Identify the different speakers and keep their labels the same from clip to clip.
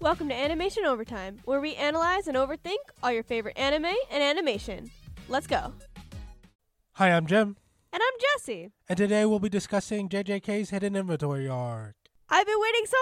Speaker 1: Welcome to Animation Overtime, where we analyze and overthink all your favorite anime and animation. Let's go.
Speaker 2: Hi, I'm Jim,
Speaker 1: And I'm Jesse.
Speaker 2: and today we'll be discussing JJK's hidden inventory arc.
Speaker 1: I've been waiting so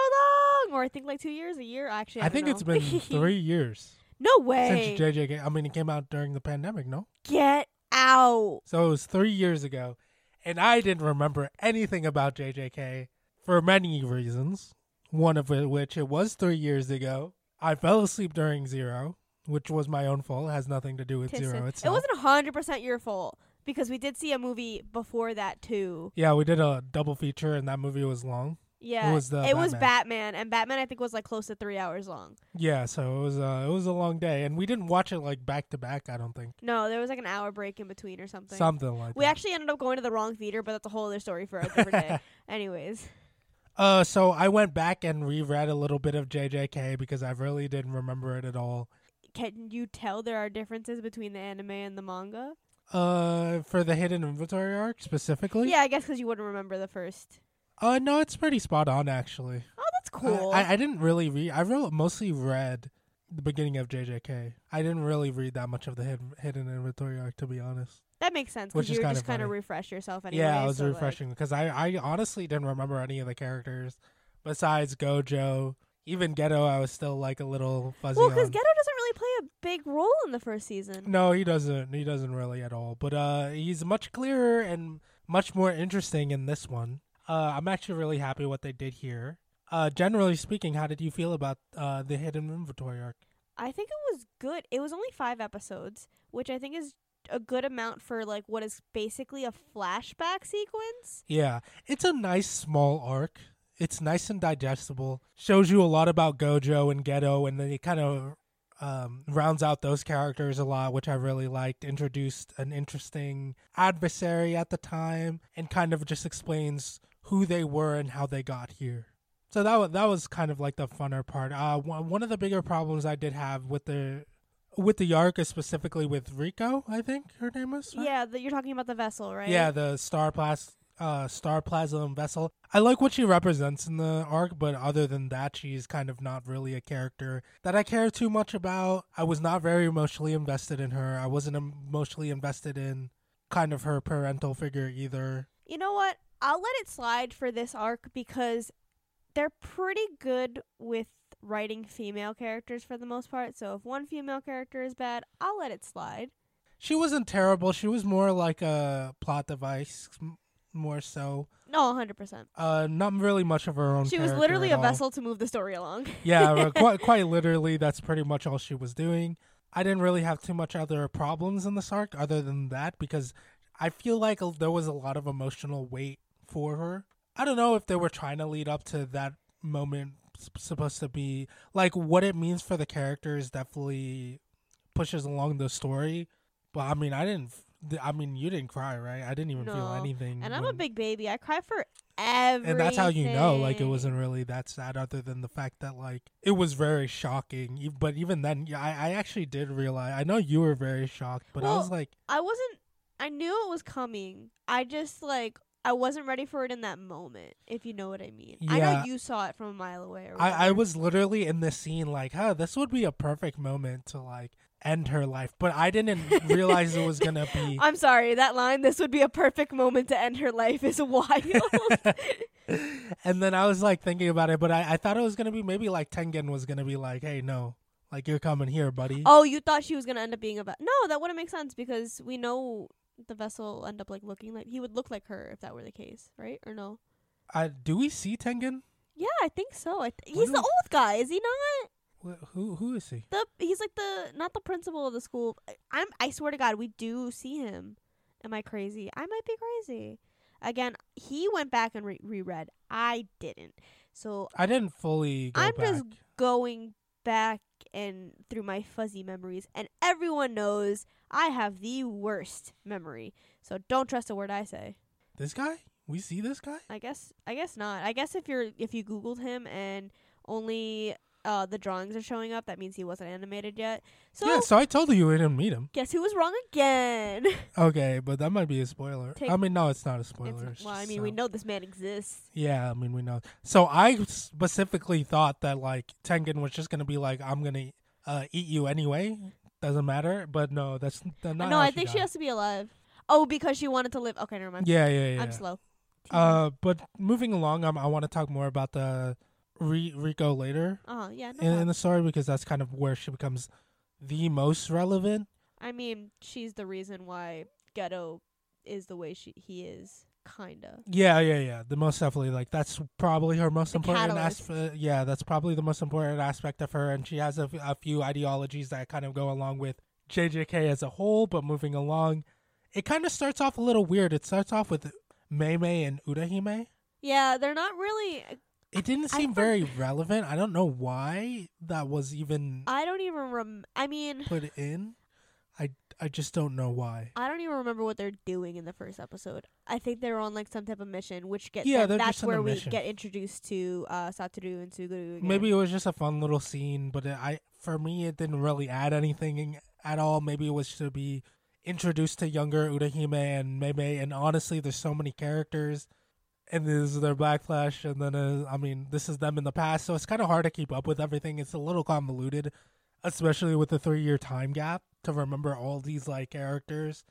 Speaker 1: long, or I think like two years, a year actually. I,
Speaker 2: I
Speaker 1: don't
Speaker 2: think
Speaker 1: know.
Speaker 2: it's been three years
Speaker 1: no way.
Speaker 2: since JJK. I mean, it came out during the pandemic, no?
Speaker 1: Get out.
Speaker 2: So it was three years ago, and I didn't remember anything about JJK for many reasons. One of which it was three years ago. I fell asleep during Zero, which was my own fault. It has nothing to do with
Speaker 1: Tis-
Speaker 2: Zero
Speaker 1: it
Speaker 2: itself.
Speaker 1: wasn't hundred percent your fault because we did see a movie before that too.
Speaker 2: yeah, we did a double feature, and that movie was long.
Speaker 1: Yeah,
Speaker 2: was the
Speaker 1: it was
Speaker 2: Batman.
Speaker 1: Batman, and Batman I think was like close to three hours long.
Speaker 2: Yeah, so it was uh, it was a long day, and we didn't watch it like back to back. I don't think
Speaker 1: No, there was like an hour break in between or something.
Speaker 2: something like
Speaker 1: we
Speaker 2: that.
Speaker 1: actually ended up going to the wrong theater, but that's a whole other story for a different day. Anyways,
Speaker 2: Uh, so I went back and reread a little bit of JJK because I really didn't remember it at all.
Speaker 1: can you tell there are differences between the anime and the manga?
Speaker 2: Uh, for the hidden inventory arc specifically.
Speaker 1: Yeah, I guess because you wouldn't remember the first.
Speaker 2: Uh, no, it's pretty spot on actually.
Speaker 1: Oh, that's cool.
Speaker 2: I, I, I didn't really read. I really mostly read the beginning of JJK. I didn't really read that much of the hidden, hidden inventory arc to be honest.
Speaker 1: that makes sense
Speaker 2: which
Speaker 1: because
Speaker 2: is
Speaker 1: you were
Speaker 2: kinda
Speaker 1: just kind of
Speaker 2: funny.
Speaker 1: refresh yourself anyway.
Speaker 2: yeah, I was
Speaker 1: so, like-
Speaker 2: refreshing because I I honestly didn't remember any of the characters besides Gojo. Even Ghetto, I was still like a little fuzzy.
Speaker 1: well, because
Speaker 2: on.
Speaker 1: Ghetto doesn't really play a big role in the first season.
Speaker 2: No, he doesn't. He doesn't really at all. But uh, he's much clearer and much more interesting in this one. Uh, I'm actually really happy what they did here. Uh, generally speaking, how did you feel about uh, the hidden inventory arc?
Speaker 1: I think it was good. It was only five episodes, which I think is a good amount for like what is basically a flashback sequence.
Speaker 2: Yeah, it's a nice small arc. It's nice and digestible. Shows you a lot about Gojo and Ghetto, and then it kind of um, rounds out those characters a lot, which I really liked. Introduced an interesting adversary at the time, and kind of just explains who they were and how they got here. So that wa- that was kind of like the funner part. Uh, one one of the bigger problems I did have with the with the arc is specifically with Rico. I think her name was right?
Speaker 1: Yeah, that you're talking about the vessel, right?
Speaker 2: Yeah, the star plas- uh star plasm vessel. I like what she represents in the arc, but other than that, she's kind of not really a character that I care too much about. I was not very emotionally invested in her. I wasn't emotionally invested in kind of her parental figure either.
Speaker 1: You know what? I'll let it slide for this arc because they're pretty good with writing female characters for the most part. So if one female character is bad, I'll let it slide.
Speaker 2: She wasn't terrible. She was more like a plot device, m- more so.
Speaker 1: No, 100%.
Speaker 2: Uh, not really much of her own.
Speaker 1: She was
Speaker 2: character
Speaker 1: literally
Speaker 2: at
Speaker 1: a
Speaker 2: all.
Speaker 1: vessel to move the story along.
Speaker 2: yeah, uh, quite, quite literally, that's pretty much all she was doing. I didn't really have too much other problems in this arc other than that because I feel like a- there was a lot of emotional weight for her. I don't know if they were trying to lead up to that moment s- supposed to be like what it means for the characters definitely pushes along the story. But I mean, I didn't. f- I mean, you didn't cry, right? I didn't even feel
Speaker 1: No.
Speaker 2: anything.
Speaker 1: And I'm a
Speaker 2: when-
Speaker 1: big baby. I cry for everything.
Speaker 2: Mm-hmm. and that's how you know like it wasn't really that sad other than the fact that like it was very shocking E- but even then yeah, i, I actually did realize i know you were very shocked but i was like
Speaker 1: I wasn't. I knew it was coming. I just like I wasn't ready for it in that moment. If you know what I mean. I know
Speaker 2: Yeah.
Speaker 1: you saw it from a mile away. Or
Speaker 2: I, I
Speaker 1: whatever.
Speaker 2: was literally in this scene like huh this would be a perfect moment to like end her life but i didn't realize it was gonna be
Speaker 1: I'm sorry. That line. This would be a perfect moment to end her life. Is wild.
Speaker 2: and then i was like thinking about it but i, I thought it was gonna be maybe like tengen was gonna be like hey no like you're coming here buddy
Speaker 1: oh, you thought she was gonna end up being a vessel? No, that wouldn't make sense because we know the vessel will end up like looking like he would look like her if that were the case, right? Or no?
Speaker 2: uh, do we see tengen
Speaker 1: Yeah, I think so. I th- he's the
Speaker 2: Wouldn't-
Speaker 1: old guy, is he not?
Speaker 2: Wh- who who is he
Speaker 1: the he's like the not the principal of the school. I- I'm I swear to God, we do see him. Am I crazy? I might be crazy. Again, he went back and re- reread. I didn't. So
Speaker 2: i didn't fully go
Speaker 1: I'm
Speaker 2: back
Speaker 1: just going back and through my fuzzy memories, and everyone knows I have the worst memory. So don't trust a word I say.
Speaker 2: this guy we see this guy
Speaker 1: I guess I guess not. I guess if you're if you googled him and only uh, the drawings are showing up, that means he wasn't animated yet. So
Speaker 2: yeah, so I told you we didn't meet him.
Speaker 1: guess who was wrong again? It's
Speaker 2: Okay, but that might be a spoiler.
Speaker 1: Take-
Speaker 2: I mean, no, it's not a
Speaker 1: not-
Speaker 2: spoiler. It's
Speaker 1: well, I
Speaker 2: just,
Speaker 1: mean, we
Speaker 2: um,
Speaker 1: know this man exists.
Speaker 2: Yeah, I mean, we know. So I specifically thought that like Tengen was just gonna be like, "I'm gonna uh, eat you anyway." Doesn't matter. But no, that's, that's not.
Speaker 1: no,
Speaker 2: how
Speaker 1: I think she
Speaker 2: died.
Speaker 1: has to be alive. Oh, because she wanted to live. Okay, never mind.
Speaker 2: Yeah, yeah, yeah.
Speaker 1: I'm slow.
Speaker 2: Uh, but moving along, um, I want to talk more about the Ri- Rico later
Speaker 1: Oh, yeah. No
Speaker 2: in, in
Speaker 1: problem.
Speaker 2: the story because that's kind of where she becomes the most relevant.
Speaker 1: I mean, she's the reason why Ghetto is the way she he is, kinda.
Speaker 2: Yeah, yeah, yeah. The most definitely like that's probably her most
Speaker 1: The
Speaker 2: important
Speaker 1: catalyst.
Speaker 2: aspect. Yeah, that's probably the most important aspect of her, and she has a, f- a few ideologies that kind of go along with JJK as a whole. But moving along, it kind of starts off a little weird. It starts off with Mei Mei and Udahime.
Speaker 1: Yeah, they're not really.
Speaker 2: It didn't
Speaker 1: I
Speaker 2: seem
Speaker 1: thought-
Speaker 2: very relevant. I don't know why that was even
Speaker 1: I don't even rem. I mean,
Speaker 2: put in. I I just don't know why.
Speaker 1: I don't even remember what they're doing in the first episode. I think they were on like some type of mission, which gets
Speaker 2: Yeah,
Speaker 1: that-
Speaker 2: they're
Speaker 1: that's
Speaker 2: just on a
Speaker 1: where we
Speaker 2: mission.
Speaker 1: get introduced to uh, Satoru and Suguru. Again.
Speaker 2: Maybe it was just a fun little scene, but it, I for me it didn't really add anything at all. Maybe it was to be introduced to younger Udahime and Mei, and honestly, there's so many characters, and this is their backlash, and then uh, I mean this is them in the past, so it's kind of hard to keep up with everything. It's a little convoluted, especially with the three year time gap to remember all these like characters.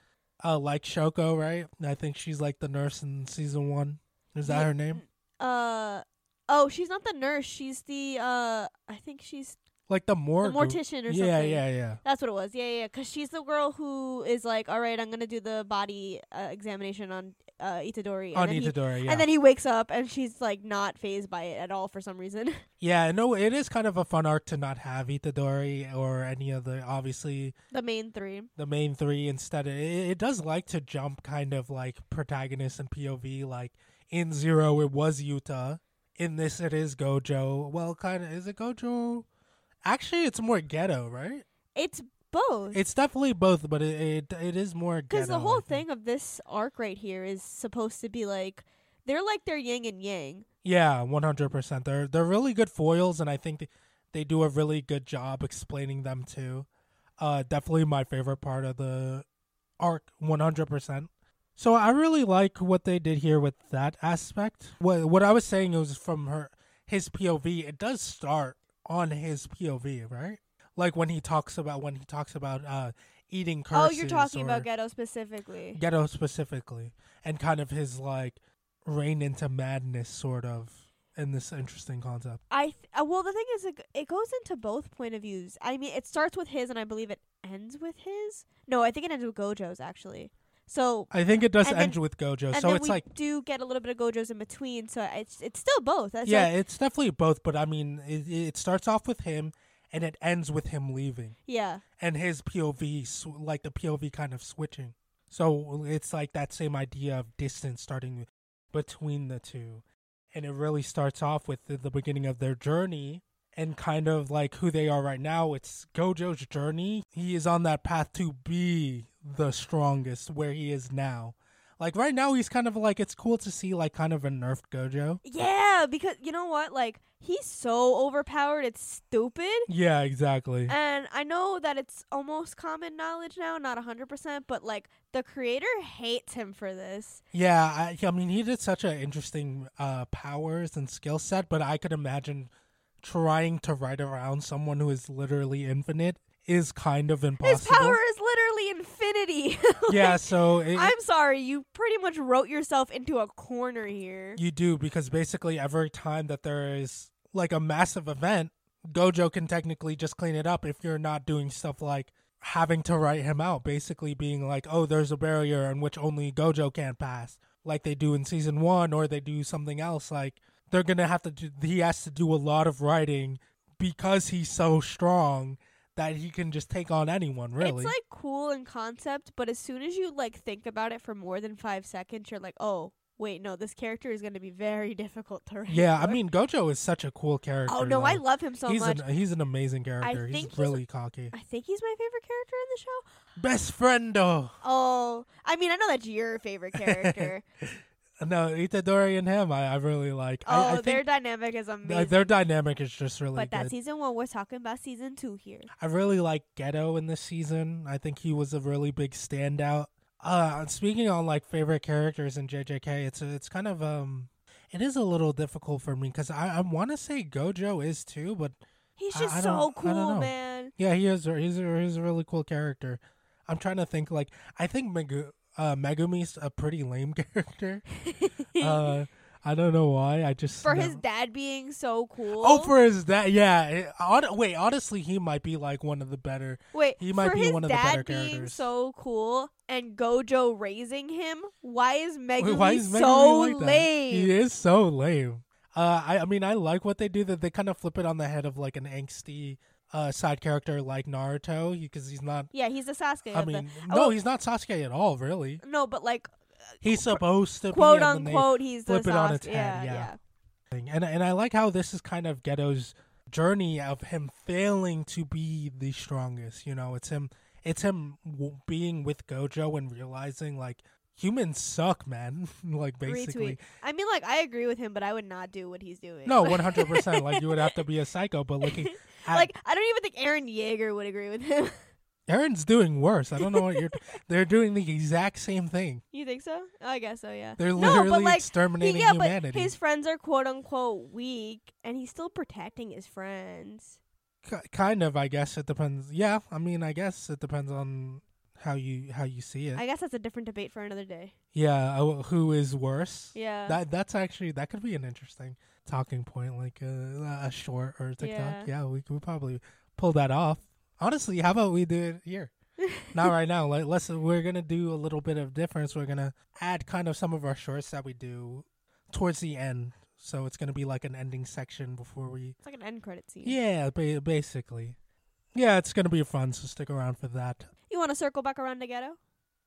Speaker 2: Uh, like Shoko, right? I think she's like the nurse in season one. Is that
Speaker 1: Yeah.
Speaker 2: her name?
Speaker 1: Uh oh, she's not the nurse. She's the uh, I think she's
Speaker 2: Like the morgue.
Speaker 1: the mortician or something.
Speaker 2: yeah, yeah, yeah.
Speaker 1: That's what it was. Yeah, yeah, yeah. Because she's the girl who is like, all right, I'm gonna do the body uh, examination on uh, Itadori, and
Speaker 2: On
Speaker 1: then he-
Speaker 2: Itadori, yeah.
Speaker 1: And then he wakes up and she's like not phased by it at all for some reason.
Speaker 2: yeah, no, it is kind of a fun arc to not have Itadori or any of the, obviously,
Speaker 1: the main three.
Speaker 2: the main three. Instead, it, it does like to jump kind of like protagonist and POV. Like in Zero, it was Yuta. In this, it is Gojo. Well, kind of, is it Gojo? Actually, it's more ghetto, right?
Speaker 1: It's both.
Speaker 2: It's definitely both, but it it, it is more ghetto.
Speaker 1: Because the whole
Speaker 2: I think.
Speaker 1: thing of this arc right here is supposed to be like they're like their yin and yang.
Speaker 2: Yeah, one hundred percent. They're they're really good foils, and I think they, they do a really good job explaining them too. Uh, definitely my favorite part of the arc, one hundred percent. So I really like what they did here with that aspect. What what I was saying was from her his POV. It does start on his POV, right? Like when he talks about when he talks about uh eating curses.
Speaker 1: oh, you're talking
Speaker 2: or-
Speaker 1: about ghetto specifically.
Speaker 2: ghetto specifically and kind of his like reign into madness sort of in this interesting concept
Speaker 1: I th- uh, well, the thing is, it, g- it goes into both point of views. I mean, it starts with his, and I believe it ends with his. No, I think it ends with Gojo's actually. So
Speaker 2: i think it does
Speaker 1: And then-
Speaker 2: end with gojo
Speaker 1: and
Speaker 2: so
Speaker 1: then
Speaker 2: it's
Speaker 1: we
Speaker 2: like
Speaker 1: do get a little bit of Gojo's in between. So it's it's still both. That's
Speaker 2: yeah
Speaker 1: like-
Speaker 2: it's definitely both but i mean it, it starts off with him and it ends with him leaving
Speaker 1: yeah.
Speaker 2: and his pov sw- like the pov kind of switching so it's like that same idea of distance starting between the two and it really starts off with the, the beginning of their journey and kind of like who they are right now. It's Gojo's journey. He is on that path to be the strongest where he is now. Like right now, he's kind of like it's cool to see like kind of a nerfed Gojo.
Speaker 1: Yeah, because you know what? Like he's so overpowered, it's stupid.
Speaker 2: Yeah, exactly.
Speaker 1: And I know that it's almost common knowledge now, not a 100%, but like the creator hates him for this.
Speaker 2: Yeah, I, I mean, he did such an interesting uh, powers and skill set, but I could imagine trying to ride around someone who is literally infinite is kind of
Speaker 1: His
Speaker 2: impossible.
Speaker 1: power is literally infinity. Like,
Speaker 2: yeah, so it,
Speaker 1: I'm sorry, you pretty much wrote yourself into a corner here.
Speaker 2: You do because basically every time that there is like a massive event, Gojo can technically just clean it up if you're not doing stuff like having to write him out, basically being like, "Oh, there's a barrier in which only Gojo can pass," like they do in season 1 or they do something else like they're going to have to do, he has to do a lot of writing because he's so strong that he can just take on anyone,
Speaker 1: It's
Speaker 2: really.
Speaker 1: like cool in concept, but as soon as you like think about it for more than 5 seconds, you're like, "Oh, wait, no, this character is going to be very difficult to write."
Speaker 2: yeah, I
Speaker 1: for."
Speaker 2: mean Gojo is such a cool character.
Speaker 1: Oh no,
Speaker 2: though.
Speaker 1: I love him so
Speaker 2: he's
Speaker 1: much.
Speaker 2: An, he's an amazing character.
Speaker 1: think
Speaker 2: He's
Speaker 1: he's-
Speaker 2: really cocky.
Speaker 1: I think he's my favorite character in the show.
Speaker 2: Best friendo.
Speaker 1: Oh, I mean, I know that's your favorite character.
Speaker 2: no, Itadori and him, I, I really like.
Speaker 1: Oh,
Speaker 2: I, I
Speaker 1: their
Speaker 2: think
Speaker 1: dynamic is amazing.
Speaker 2: th- their dynamic is just really
Speaker 1: but
Speaker 2: good.
Speaker 1: that's e season one. We're talking about season two here.
Speaker 2: I really like Ghetto in this season. I think he was a really big standout. Uh, and speaking on like favorite characters in JJK, it's it's kind of um, it is a little difficult for me because I, I want to say Gojo is too, but
Speaker 1: He's
Speaker 2: I-
Speaker 1: just
Speaker 2: I
Speaker 1: so
Speaker 2: don't- I don't
Speaker 1: cool,
Speaker 2: know.
Speaker 1: man.
Speaker 2: yeah, he is. He's a, he's a really cool character. I'm trying to think like I think Megu- uh, Megumi's a pretty lame character. uh, I don't know why. I just
Speaker 1: for
Speaker 2: no.
Speaker 1: his dad being so cool.
Speaker 2: Oh, for his dad, yeah. It- hon- wait, honestly, he might be like one of the better.
Speaker 1: wait,
Speaker 2: he might
Speaker 1: for
Speaker 2: be
Speaker 1: his
Speaker 2: one of the
Speaker 1: dad
Speaker 2: better
Speaker 1: being
Speaker 2: characters.
Speaker 1: so cool and Gojo raising him. Why is Megumi
Speaker 2: why is Megumi
Speaker 1: so
Speaker 2: like that?
Speaker 1: lame?
Speaker 2: He is so lame. Uh, I, I mean, I like what they do. That they kind of flip it on the head of like an angsty uh, side character like Naruto, because he's not.
Speaker 1: Yeah, he's the Sasuke.
Speaker 2: I
Speaker 1: of the-
Speaker 2: mean,
Speaker 1: I
Speaker 2: no,
Speaker 1: will-
Speaker 2: he's not Sasuke at all, really.
Speaker 1: no, but like
Speaker 2: He's supposed to
Speaker 1: quote
Speaker 2: be, and then they
Speaker 1: unquote, he's the
Speaker 2: flip it on
Speaker 1: Sasuke.
Speaker 2: its head,
Speaker 1: yeah,
Speaker 2: yeah. thing. And and I like how this is kind of Ghetto's journey of him failing to be the strongest. You know, it's him it's him w- being with Gojo and realizing like humans suck, man. like basically,
Speaker 1: Retweet. I mean, like I agree with him, but I would not do what he's doing.
Speaker 2: no, one hundred percent. Like you would have to be a psycho. But looking, at,
Speaker 1: like I don't even think Aaron Yeager would agree with him.
Speaker 2: Aaron's doing worse. I don't know what you're. They're doing the exact same thing.
Speaker 1: you think so? Oh, I guess so. Yeah.
Speaker 2: They're
Speaker 1: no, but
Speaker 2: literally
Speaker 1: like he-
Speaker 2: exterminating
Speaker 1: yeah,
Speaker 2: humanity.
Speaker 1: but his friends are quote unquote weak, and he's still protecting his friends.
Speaker 2: Ki- kind of, I guess it depends. Yeah, I mean, I guess it depends on how you how you see it.
Speaker 1: I guess that's a different debate for another day.
Speaker 2: Yeah, uh, who is worse?
Speaker 1: Yeah.
Speaker 2: That that's actually that could be an interesting talking point, like uh, a, a short or a TikTok.
Speaker 1: Yeah.
Speaker 2: Yeah, we could probably pull that off. Honestly, how about we do it here? Not right now. Like, let's we're gonna do a little bit of difference. We're gonna add kind of some of our shorts that we do towards the end. So it's gonna be like an ending section before we.
Speaker 1: it's like an end credit scene.
Speaker 2: Yeah, ba- basically. Yeah, it's gonna be fun. So stick around for that.
Speaker 1: You want to circle back around to ghetto?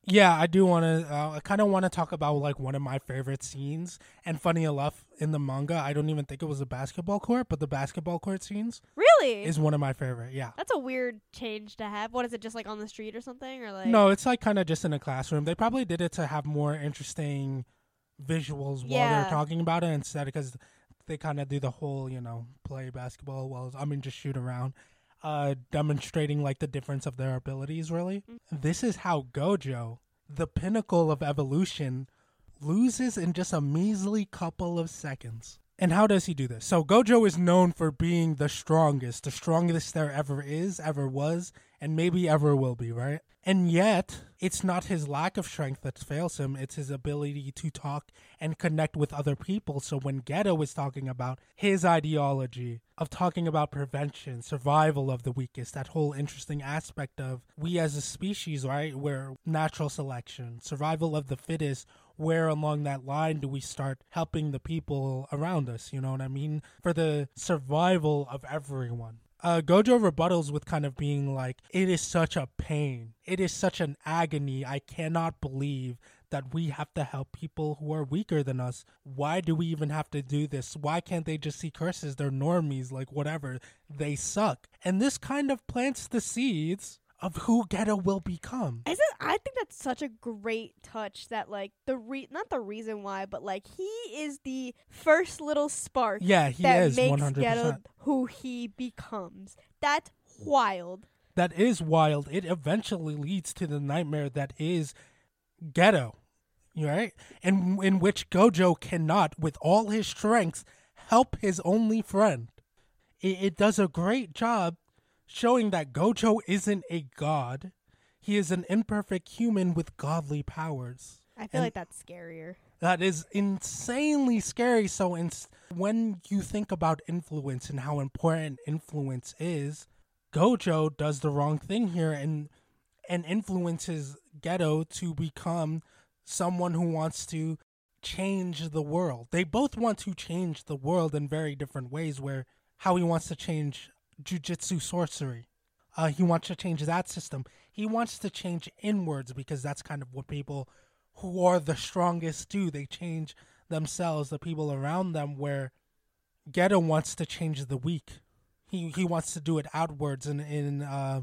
Speaker 2: Yeah, I do want to. Uh, I kind of want to talk about like one of my favorite scenes. And funny enough, in the manga, I don't even think it was a basketball court, but the basketball court scenes
Speaker 1: Really?
Speaker 2: is one of my favorite. Yeah.
Speaker 1: that's a weird change to have. What is it? Just like on the street or something, or like
Speaker 2: No, it's like kind of just in a classroom. They probably did it to have more interesting visuals while
Speaker 1: Yeah.
Speaker 2: they're talking about it instead because they kind of do the whole, you know, play basketball while I mean just shoot around, uh, demonstrating like the difference of their abilities. Really,
Speaker 1: Mm.
Speaker 2: this is how Gojo, the pinnacle of evolution, loses in just a measly couple of seconds. And how does he do this? So Gojo is known for being the strongest, the strongest there ever is, ever was, and maybe ever will be, right? And yet, it's not his lack of strength that fails him, it's his ability to talk and connect with other people. So when Ghetto was talking about his ideology of talking about prevention, survival of the weakest, that whole interesting aspect of we as a species, right? Where natural selection, survival of the fittest, where along that line do we start helping the people around us? You know what I mean? For the survival of everyone. Uh, Gojo rebuttals with kind of being like, it is such a pain. It is such an agony. I cannot believe that we have to help people who are weaker than us. Why do we even have to do this? Why can't they just see curses? They're normies, like whatever. They suck. And this kind of plants the seeds of who Ghetto will become.
Speaker 1: Is it? I think that's such a great touch that like the re not the reason why, but like he is the first little spark
Speaker 2: Yeah, he
Speaker 1: that
Speaker 2: is
Speaker 1: makes
Speaker 2: 100%.
Speaker 1: Ghetto who he becomes. That's wild.
Speaker 2: that is wild, it eventually leads to the nightmare that is ghetto, right? And in which Gojo cannot, with all his strengths, help his only friend. It, it does a great job showing that Gojo isn't a god; he is an imperfect human with godly powers.
Speaker 1: I feel
Speaker 2: And-
Speaker 1: like that's scarier.
Speaker 2: That is insanely scary. So, in, when you think about influence and how important influence is, Gojo does the wrong thing here and and influences Ghetto to become someone who wants to change the world. They both want to change the world in very different ways. Where how he wants to change jujitsu sorcery, uh, he wants to change that system. He wants to change inwards because that's kind of what people who are the strongest do. They change themselves, the people around them. Where Ghetto wants to change the weak. He he wants to do it outwards in in uh,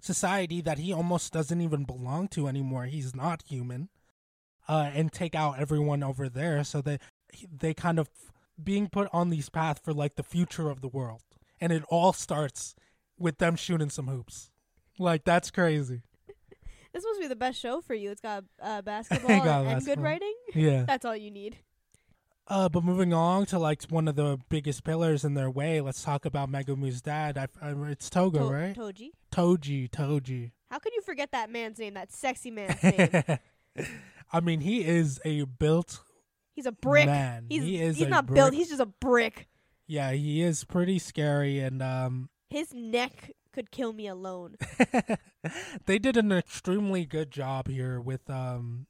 Speaker 2: society that he almost doesn't even belong to anymore. He's not human. uh, and take out everyone over there. So they they kind of being put on these paths for like the future of the world, and it all starts with them shooting some hoops. Like that's crazy.
Speaker 1: This must be the best show for you. It's got uh, basketball
Speaker 2: got
Speaker 1: and, and good
Speaker 2: basketball.
Speaker 1: writing.
Speaker 2: Yeah.
Speaker 1: That's all you need.
Speaker 2: Uh, but moving on to like one of the biggest pillars in their way, let's talk about Megumi's dad. I, I, it's Togo,
Speaker 1: To-
Speaker 2: right?
Speaker 1: Toji.
Speaker 2: Toji, Toji.
Speaker 1: How can you forget that man's name? That sexy man's name.
Speaker 2: I mean, he is a built
Speaker 1: He's a brick.
Speaker 2: man.
Speaker 1: He's
Speaker 2: he is
Speaker 1: he's
Speaker 2: a
Speaker 1: not
Speaker 2: brick.
Speaker 1: built. He's just a brick.
Speaker 2: yeah, he is pretty scary, and um,
Speaker 1: His neck could kill me alone.
Speaker 2: they did an extremely good job here with um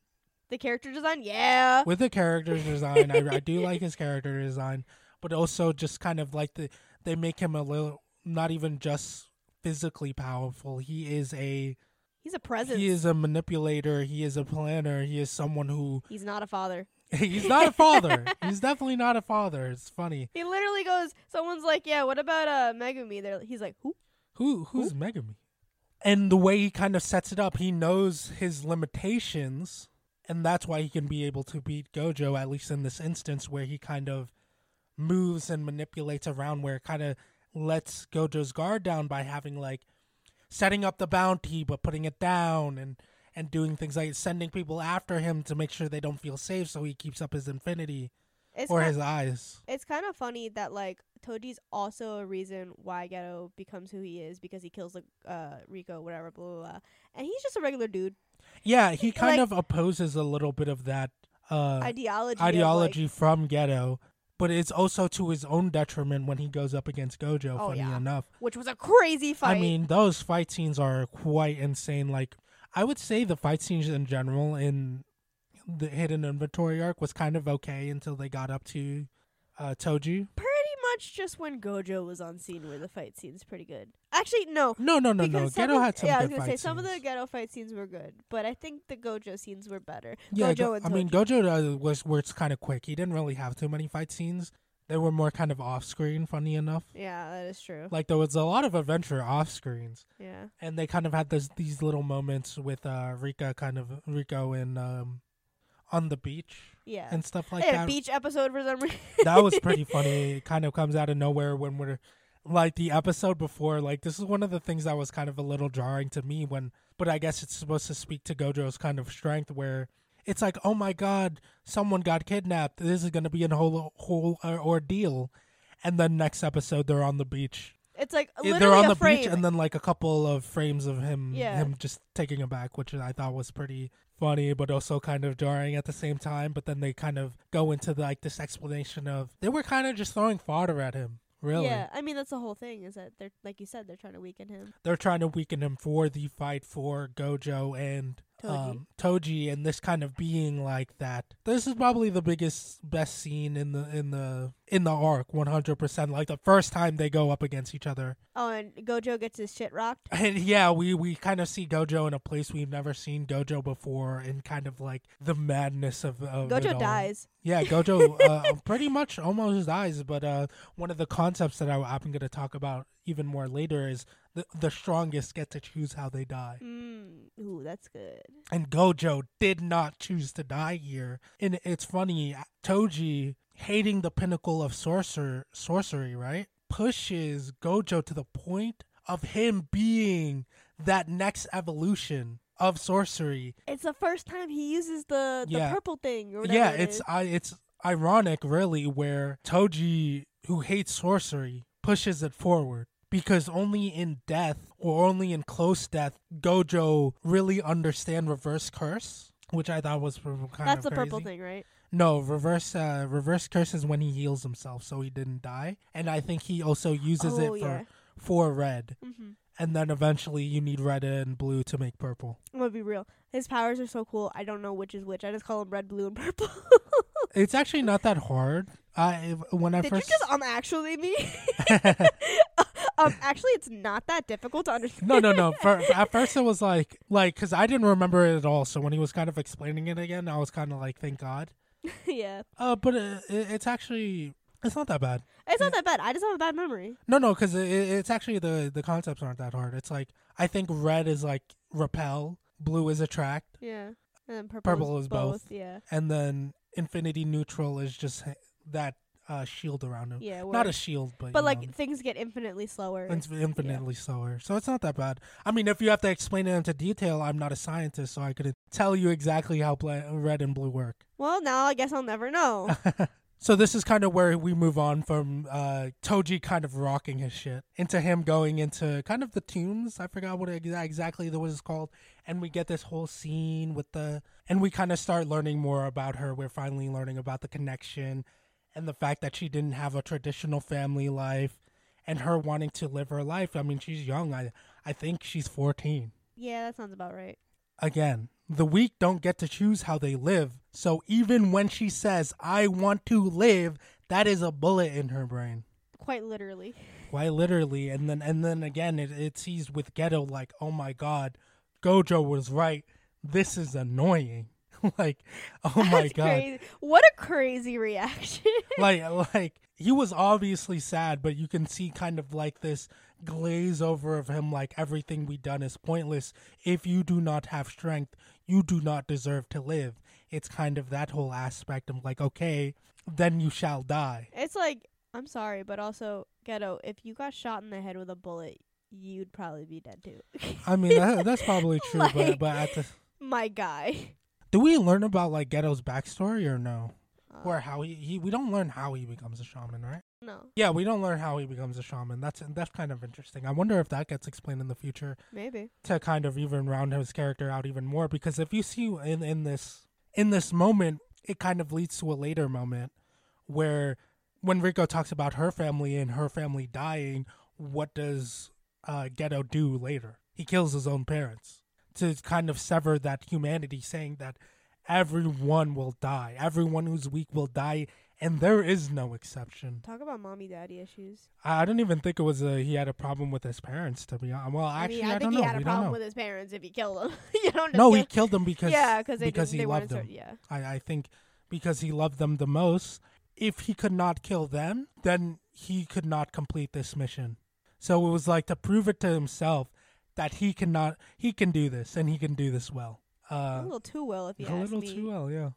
Speaker 1: The character design, yeah.
Speaker 2: with the character design. I, I do like his character design, but also just kind of like the they make him a little not even just physically powerful. He is a
Speaker 1: He's a presence.
Speaker 2: He is a manipulator. He is a planner. He is someone who
Speaker 1: He's not a father.
Speaker 2: he's not a father. he's definitely not a father. It's funny.
Speaker 1: He literally goes. Someone's like, "Yeah, what about uh Megumi?" They're, he's like, "Who?"
Speaker 2: Who who's Megami? And the way he kind of sets it up, he knows his limitations, and that's why he can be able to beat Gojo at least in this instance where he kind of moves and manipulates around where it kind of lets Gojo's guard down by having like setting up the bounty but putting it down and and doing things like sending people after him to make sure they don't feel safe so he keeps up his infinity
Speaker 1: It's
Speaker 2: or
Speaker 1: ki-
Speaker 2: his eyes.
Speaker 1: it's kind of funny that like Toji's also a reason why Ghetto becomes who he is because he kills like uh Rico, whatever, blah blah, blah. and he's just a regular dude.
Speaker 2: Yeah, he kind
Speaker 1: Like-
Speaker 2: of opposes a little bit of that uh
Speaker 1: ideology. of, like-
Speaker 2: ideology from Ghetto, but it's also to his own detriment when he goes up against Gojo.
Speaker 1: Oh,
Speaker 2: funny
Speaker 1: yeah.
Speaker 2: enough,
Speaker 1: which was a crazy fight.
Speaker 2: I mean those fight scenes are quite insane. Like I would say the fight scenes in general in the Hidden Inventory arc was kind of okay until they got up to uh, Toji.
Speaker 1: pretty much just when Gojo was on scene where the fight scene's pretty good. Actually, no.
Speaker 2: No, no, no, no.
Speaker 1: because some
Speaker 2: Ghetto
Speaker 1: of-
Speaker 2: had some
Speaker 1: yeah, I was
Speaker 2: good
Speaker 1: gonna
Speaker 2: fight
Speaker 1: say
Speaker 2: scenes.
Speaker 1: some of the ghetto fight scenes were good, but I think the Gojo scenes were better.
Speaker 2: yeah,
Speaker 1: Gojo
Speaker 2: Go-
Speaker 1: and
Speaker 2: I mean
Speaker 1: Toji.
Speaker 2: Gojo uh, was where it's kind of quick. He didn't really have too many fight scenes. They were more kind of off screen. Funny enough,
Speaker 1: yeah, that is true.
Speaker 2: like there was a lot of adventure off screens.
Speaker 1: Yeah,
Speaker 2: and they kind of had this these little moments with uh Rika kind of Rico and um on the beach
Speaker 1: yeah.
Speaker 2: and stuff like
Speaker 1: they had
Speaker 2: that.
Speaker 1: a beach episode for some reason.
Speaker 2: that was pretty funny. It kind of comes out of nowhere when we're like the episode before, like this is one of the things that was kind of a little jarring to me when but I guess it's supposed to speak to Gojo's kind of strength where it's like, "Oh my god, someone got kidnapped. This is going to be a whole whole uh, ordeal." And then next episode they're on the beach
Speaker 1: It's like
Speaker 2: it-
Speaker 1: literally
Speaker 2: eh, they're on
Speaker 1: a
Speaker 2: the
Speaker 1: frame.
Speaker 2: beach and then like a couple of frames of him
Speaker 1: Yeah.
Speaker 2: him just taking him back which i thought was pretty funny but also kind of jarring at the same time but then they kind of go into the, like this explanation of they were kind of just throwing fodder at him really
Speaker 1: Yeah, I mean that's the whole thing is that they're like you said they're trying to weaken him.
Speaker 2: they're trying to weaken him for the fight for gojo and
Speaker 1: Toji.
Speaker 2: um, toji and this kind of being like that this is probably the biggest best scene in the in the in the arc 100% like the first time they go up against each other
Speaker 1: Oh, and Gojo gets his shit rocked.
Speaker 2: And yeah, we we kind of see Gojo in a place we've never seen Gojo before, and kind of like the madness of, of it
Speaker 1: Gojo
Speaker 2: all.
Speaker 1: dies.
Speaker 2: Yeah, Gojo uh, pretty much almost dies. But uh, one of the concepts that I, I'm going to talk about even more later is the the strongest get to choose how they die,
Speaker 1: Mm, ooh, that's good.
Speaker 2: and Gojo did not choose to die here. And it's funny, Toji hating the pinnacle of sorcerer sorcery, right? Pushes Gojo to the point of him being that next evolution of sorcery.
Speaker 1: It's the first time he uses the, the
Speaker 2: Yeah.
Speaker 1: purple thing or whatever.
Speaker 2: Yeah,
Speaker 1: it
Speaker 2: it's
Speaker 1: is.
Speaker 2: I it's ironic really where Toji who hates sorcery pushes it forward because only in death or only in close death Gojo really understand reverse curse, which I thought was kind
Speaker 1: that's the
Speaker 2: of
Speaker 1: purple
Speaker 2: crazy.
Speaker 1: thing, right?
Speaker 2: No, reverse uh, reverse curse is when he heals himself, so he didn't die. And I think he also uses
Speaker 1: Oh,
Speaker 2: it for
Speaker 1: yeah.
Speaker 2: for red,
Speaker 1: Mm-hmm.
Speaker 2: and then eventually you need red and blue to make purple.
Speaker 1: I'm gonna be real. His powers are so cool. I don't know which is which. I just call them red, blue, and purple.
Speaker 2: It's actually not that hard. I when I
Speaker 1: Did
Speaker 2: first
Speaker 1: you just um actually me? um, actually, it's not that difficult to understand.
Speaker 2: no no no for, at first it was like like because I didn't remember it at all. So when he was kind of explaining it again, I was kind of like, thank God.
Speaker 1: yeah,
Speaker 2: Uh, but it, it, it's actually it's not that bad.
Speaker 1: it's not that bad. I just have a bad memory.
Speaker 2: No, no, because it, it- it's actually the the concepts aren't that hard. It's like I think red is like repel, blue is attract,
Speaker 1: Yeah, And then purple,
Speaker 2: Purple
Speaker 1: is,
Speaker 2: is
Speaker 1: both.
Speaker 2: both.
Speaker 1: Yeah.
Speaker 2: and then Infinity Neutral is just h- that uh, shield around him.
Speaker 1: Yeah.
Speaker 2: Not
Speaker 1: word.
Speaker 2: a shield, but
Speaker 1: but
Speaker 2: you
Speaker 1: like
Speaker 2: know,
Speaker 1: things get infinitely slower.
Speaker 2: it's infinitely slower. So it's not that bad. I mean, if you have to explain it into detail, I'm not a scientist, so I couldn't tell you exactly how bla- red and blue work.
Speaker 1: well, now I guess I'll never know.
Speaker 2: So this is kind of where we move on from uh, Toji kind of rocking his shit into him going into kind of the tombs. I forgot what exa- exactly the what it's called, and we get this whole scene with the and we kind of start learning more about her. We're finally learning about the connection and the fact that she didn't have a traditional family life and her wanting to live her life. I mean, she's young. I I think she's fourteen
Speaker 1: yeah, that sounds about right.
Speaker 2: again. The weak don't get to choose how they live. So even when she says, I want to live, that is a bullet in her brain.
Speaker 1: Quite literally.
Speaker 2: Why literally? And then and then again it, it sees with ghetto like, oh my god, Gojo was right. This is annoying. like, oh my
Speaker 1: That's
Speaker 2: god.
Speaker 1: Crazy. What a crazy reaction.
Speaker 2: like like he was obviously sad, but you can see kind of like this glaze over of him like everything we done is pointless. If you do not have strength, you do not deserve to live. It's kind of that whole aspect of like, okay, then you shall die.
Speaker 1: it's like I'm sorry, but also ghetto. If you got shot in the head with a bullet, you'd probably be dead too.
Speaker 2: I mean, that, that's probably true, but
Speaker 1: Like-
Speaker 2: but at the,
Speaker 1: My guy.
Speaker 2: do we learn about like Ghetto's backstory or no?
Speaker 1: Uh,
Speaker 2: Or how he, he we don't learn how he becomes a shaman, right?
Speaker 1: No,
Speaker 2: Yeah, we don't learn how he becomes a shaman. That's that's kind of interesting. I wonder if that gets explained in the future.
Speaker 1: maybe.
Speaker 2: to kind of even round his character out even more because if you see in, in this in this moment it kind of leads to a later moment where when Rico talks about her family and her family dying what does uh, Ghetto do later he kills his own parents to kind of sever that humanity saying that everyone will die everyone who's weak will die and there is no exception
Speaker 1: Talk about mommy daddy issues.
Speaker 2: I I don't even think it was a, he had a problem with his parents to be honest well actually
Speaker 1: I mean, I,
Speaker 2: don't
Speaker 1: think
Speaker 2: know
Speaker 1: he had a
Speaker 2: we don't know
Speaker 1: problem with his parents if he killed them. you don't
Speaker 2: no,
Speaker 1: know.
Speaker 2: he killed them because
Speaker 1: yeah, cause they
Speaker 2: because
Speaker 1: didn't-
Speaker 2: he
Speaker 1: they wanted
Speaker 2: loved them.
Speaker 1: to- yeah.
Speaker 2: I, I think because he loved them the most. If he could not kill them, then he could not complete this mission. So it was like to prove it to himself that he cannot he can do this and he can do this well.
Speaker 1: a
Speaker 2: Uh,
Speaker 1: little too well, if you
Speaker 2: a
Speaker 1: ask
Speaker 2: little
Speaker 1: me.
Speaker 2: too well, yeah.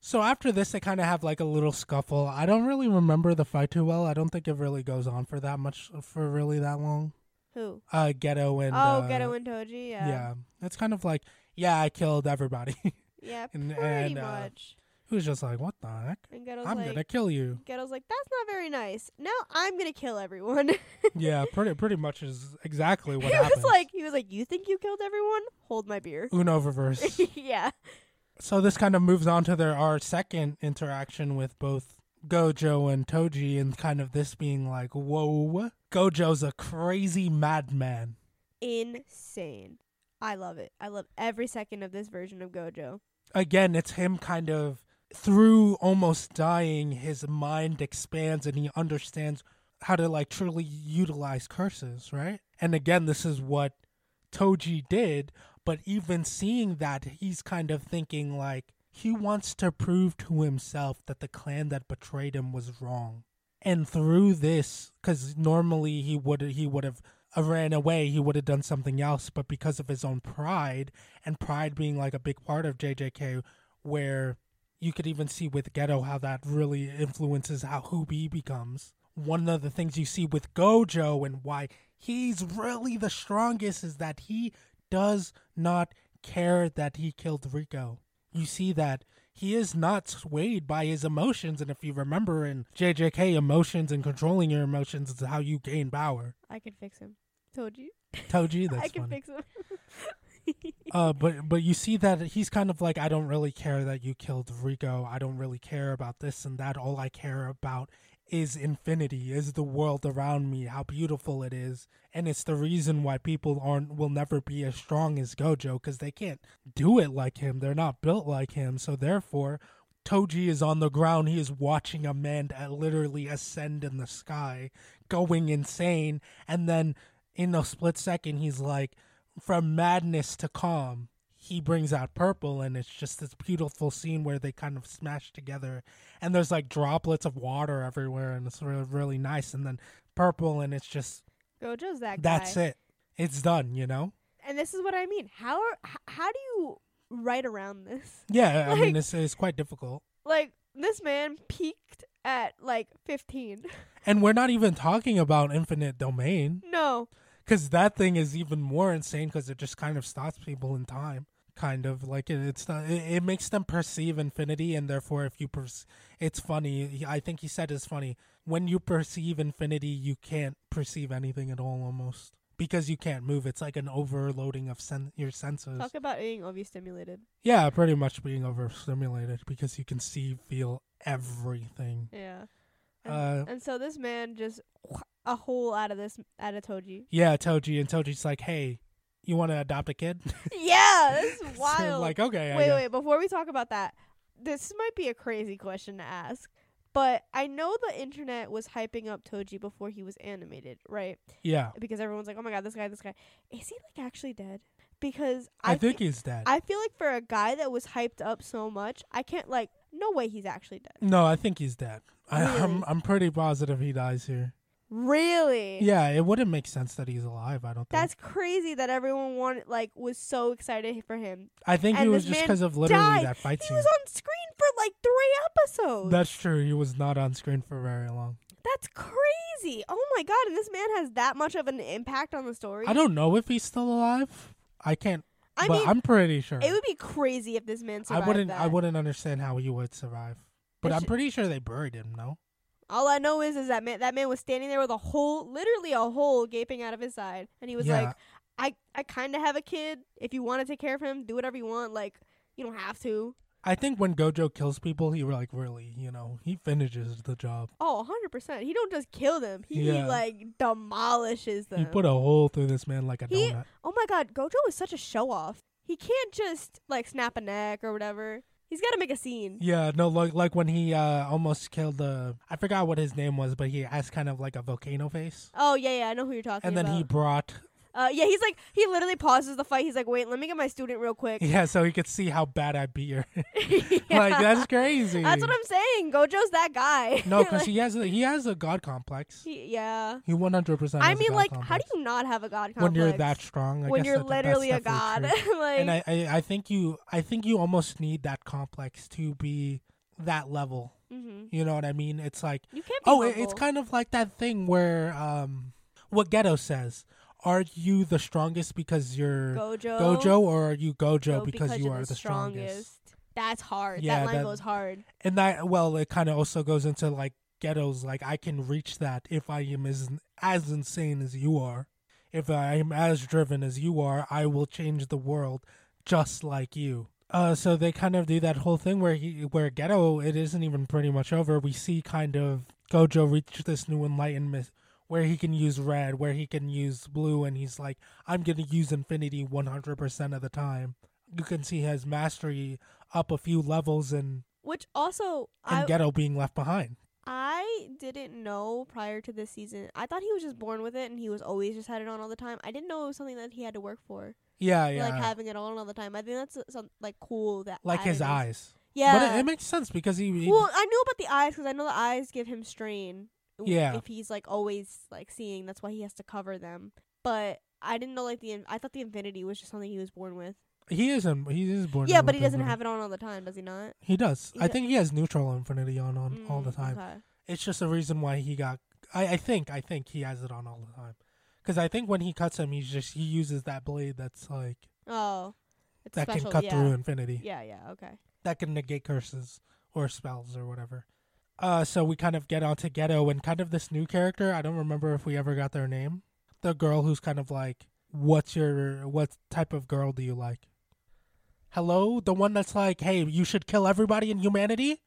Speaker 2: So after this, they kind of have like a little scuffle. I don't really remember the fight too well. I don't think it really goes on for that much for really that long.
Speaker 1: Who?
Speaker 2: Uh, Ghetto and
Speaker 1: oh,
Speaker 2: uh,
Speaker 1: Ghetto and Toji. Yeah. Yeah.
Speaker 2: yeah, it's kind of like yeah, I killed everybody. and-
Speaker 1: pretty
Speaker 2: and, uh,
Speaker 1: much.
Speaker 2: He was just like, "What the heck?
Speaker 1: And Ghetto's
Speaker 2: I'm
Speaker 1: like,
Speaker 2: gonna kill you."
Speaker 1: Ghetto's like, that's not very nice. Now I'm gonna kill everyone. he
Speaker 2: yeah, pretty pretty much is exactly what happened.
Speaker 1: was like, he was like, you think you killed everyone? Hold my beer.
Speaker 2: Uno reverse.
Speaker 1: yeah.
Speaker 2: so this kind of moves on to their our second interaction with both Gojo and Toji, and kind of this being like, "Whoa, Gojo's a crazy madman."
Speaker 1: Insane. I love it. I love every second of this version of Gojo.
Speaker 2: Again, it's him kind of through almost dying, his mind expands and he understands how to like truly utilize curses, right? And again, this is what Toji did, but even seeing that, he's kind of thinking like he wants to prove to himself that the clan that betrayed him was wrong. And through this, because normally he would he would have uh, ran away, he would have done something else, but because of his own pride and pride being like a big part of JJK, where you could even see with Ghetto how that really influences how who he becomes. One of the things you see with Gojo and why he's really the strongest is that he does not care that he killed Rico. You see that he is not swayed by his emotions, and if you remember in JJK, emotions and controlling your emotions is how you gain power.
Speaker 1: I can fix him. Told you.
Speaker 2: Toji, that's
Speaker 1: I can
Speaker 2: funny.
Speaker 1: fix him.
Speaker 2: uh, but but you see that he's kind of like, I don't really care that you killed Rico. I don't really care about this and that. All I care about is infinity, is the world around me, how beautiful it is, and it's the reason why people aren't will never be as strong as Gojo because they can't do it like him. They're not built like him. So therefore, Toji is on the ground. He is watching a man uh, literally ascend in the sky, going insane, and then in a split second, he's like, from madness to calm. He brings out purple, and it's just this beautiful scene where they kind of smash together, and there's like droplets of water everywhere, and it's really, really nice. And then purple, and it's just
Speaker 1: Gojo's that guy.
Speaker 2: that's it. It's done, you know.
Speaker 1: And this is what I mean. How are, h- how do you right around this.
Speaker 2: Yeah, I mean
Speaker 1: Like-
Speaker 2: it's it's quite difficult.
Speaker 1: Like this man peaked at like 15.
Speaker 2: And we're not even talking about infinite domain
Speaker 1: no.
Speaker 2: because that thing is even more insane because it just kind of stops people in time. Kind of like it, it's not, it, it makes them perceive infinity, and therefore, if you perce- it's funny. he- I think he said it's funny when you perceive infinity, you can't perceive anything at all almost because you can't move. It's like an overloading of sen- your senses.
Speaker 1: Talk about being overstimulated.
Speaker 2: Yeah, pretty much being overstimulated because you can see, feel everything.
Speaker 1: Yeah. And,
Speaker 2: Uh,
Speaker 1: and so this man just a hole out of this out of Toji.
Speaker 2: yeah, Toji and Toji's like, "Hey, you want to adopt a kid?"
Speaker 1: yeah, this
Speaker 2: So
Speaker 1: is
Speaker 2: I'm
Speaker 1: wild.
Speaker 2: like, okay, I
Speaker 1: wait,
Speaker 2: guess.
Speaker 1: wait. Before we talk about that, this might be a crazy question to ask, but I know the internet was hyping up Toji before he was animated, right?
Speaker 2: yeah.
Speaker 1: Because everyone's like, "Oh my god, this guy, this guy." Is he like actually dead? Because
Speaker 2: I,
Speaker 1: I,
Speaker 2: think
Speaker 1: fe-
Speaker 2: he's dead.
Speaker 1: I feel like for a guy that was hyped up so much, I can't like. No way, he's actually dead.
Speaker 2: no, I think he's dead. I,
Speaker 1: Really?
Speaker 2: I'm I'm pretty positive he dies here.
Speaker 1: Really?
Speaker 2: Yeah, it wouldn't make sense that he's alive. I don't think.
Speaker 1: That's crazy that everyone wanted like was so excited for him.
Speaker 2: I think it
Speaker 1: and
Speaker 2: was
Speaker 1: this
Speaker 2: just
Speaker 1: man
Speaker 2: because of literally
Speaker 1: died.
Speaker 2: that fight
Speaker 1: He
Speaker 2: scene.
Speaker 1: was on screen for like three episodes.
Speaker 2: That's true. He was not on screen for very long.
Speaker 1: That's crazy. Oh my god, and this man has that much of an impact on the story.
Speaker 2: I don't know if he's still alive. I can't.
Speaker 1: I
Speaker 2: but
Speaker 1: mean,
Speaker 2: I'm pretty sure.
Speaker 1: it would be crazy if this man
Speaker 2: I
Speaker 1: survived
Speaker 2: wouldn't.
Speaker 1: that.
Speaker 2: I wouldn't understand how he would survive. But
Speaker 1: It's
Speaker 2: I'm
Speaker 1: ju-
Speaker 2: pretty sure they buried him. No.
Speaker 1: All I know is is that man, that man was standing there with a hole, literally a hole gaping out of his side, and he was
Speaker 2: yeah.
Speaker 1: like, "I I kind of have a kid. If you want to take care of him, do whatever you want. Like, you don't have to."
Speaker 2: I think when Gojo kills people, he like really, you know, he finishes the job.
Speaker 1: Oh, a hundred percent. He don't just kill them. He
Speaker 2: Yeah.
Speaker 1: like demolishes them.
Speaker 2: He put a hole through this man like a
Speaker 1: He-
Speaker 2: donut.
Speaker 1: Oh my god, Gojo is such a show off. He can't just like snap a neck or whatever. He's got to make a scene.
Speaker 2: Yeah, no, like like when he uh almost killed the I forgot what his name was, but he has kind of like a volcano face,
Speaker 1: Oh yeah, yeah, I know who you're talking
Speaker 2: and then
Speaker 1: about.
Speaker 2: he brought
Speaker 1: uh, yeah, he's like he literally pauses the fight. He's like, wait, let me get my student real quick.
Speaker 2: yeah, so he could see how bad I beat her. like
Speaker 1: Yeah.
Speaker 2: that's crazy.
Speaker 1: That's what I'm saying. Gojo's that guy.
Speaker 2: No, because
Speaker 1: Like,
Speaker 2: he has a, he has a god complex.
Speaker 1: he- yeah.
Speaker 2: He one hundred percent.
Speaker 1: I mean, like, how do you not have a god complex
Speaker 2: when you're that strong? I
Speaker 1: when
Speaker 2: guess
Speaker 1: you're
Speaker 2: that- that's
Speaker 1: literally a
Speaker 2: definitely
Speaker 1: god?
Speaker 2: true.
Speaker 1: like,
Speaker 2: and I, I I think you I think you almost need that complex to be that level.
Speaker 1: mhm.
Speaker 2: You know what I mean? It's like
Speaker 1: you can't. Be
Speaker 2: oh, it, it's
Speaker 1: humble.
Speaker 2: kind of like that thing where um what Ghetto says. Are you the strongest because you're
Speaker 1: Gojo.
Speaker 2: Gojo, or are you Gojo
Speaker 1: Go
Speaker 2: because, you
Speaker 1: you're
Speaker 2: are the strongest?
Speaker 1: That's hard.
Speaker 2: Yeah,
Speaker 1: that line
Speaker 2: that-
Speaker 1: goes hard.
Speaker 2: And that well, it kind of also goes into like Ghetto's like I can reach that if I am as as insane as you are. If I am as driven as you are, I will change the world just like you. Uh, so they kind of do that whole thing where he, where Ghetto it isn't even pretty much over. We see kind of Gojo reach this new enlightenment where he can use red, where he can use blue, and he's like, I'm gonna use infinity 100% of the time. You can see his mastery up a few levels and
Speaker 1: Which also,
Speaker 2: and
Speaker 1: I
Speaker 2: ghetto being left behind.
Speaker 1: I didn't know prior to this season. I thought he was just born with it and he was always just had it on all the time. I didn't know it was something that he had to work for,
Speaker 2: Yeah, yeah.
Speaker 1: like
Speaker 2: Like,
Speaker 1: having it on all the time. I think that's uh, some like cool that
Speaker 2: his
Speaker 1: added is-
Speaker 2: eyes.
Speaker 1: Yeah,
Speaker 2: But it, it makes sense because he, he-
Speaker 1: well, I knew about the eyes because I know the eyes give him strain. w-
Speaker 2: Yeah.
Speaker 1: if he's like always like seeing, that's why he has to cover them. But I didn't know like the in- I thought the infinity was just something he was born with.
Speaker 2: he isn't he is born.
Speaker 1: yeah,
Speaker 2: with
Speaker 1: but he
Speaker 2: the
Speaker 1: doesn't
Speaker 2: ability.
Speaker 1: have it on all the time, does he not?
Speaker 2: He does.
Speaker 1: he
Speaker 2: I
Speaker 1: do-
Speaker 2: think he has neutral infinity on on all the
Speaker 1: Mm,
Speaker 2: time.
Speaker 1: okay.
Speaker 2: It's just a reason why he got. I, I think I think he has it on all the time. Because I think when he cuts him, he's just he uses that blade that's like
Speaker 1: Oh, it's
Speaker 2: that
Speaker 1: special.
Speaker 2: can cut
Speaker 1: yeah.
Speaker 2: through infinity.
Speaker 1: Yeah, yeah, okay.
Speaker 2: that can negate curses or spells or whatever. Uh, so we kind of get onto Ghetto and kind of this new character. I don't remember if we ever got their name. The girl who's kind of like, what's your, what type of girl do you like? Hello, the one that's like, hey, you should kill everybody in humanity.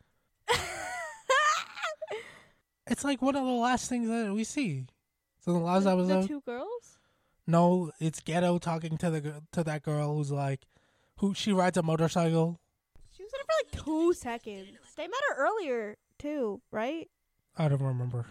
Speaker 2: It's like one of the last things that we see. So the last
Speaker 1: the,
Speaker 2: episode,
Speaker 1: two girls?
Speaker 2: no, it's Ghetto talking to the gir- to that girl who's like, who she rides a motorcycle.
Speaker 1: She was in it for like two seconds. They met her earlier too, right?
Speaker 2: I don't remember.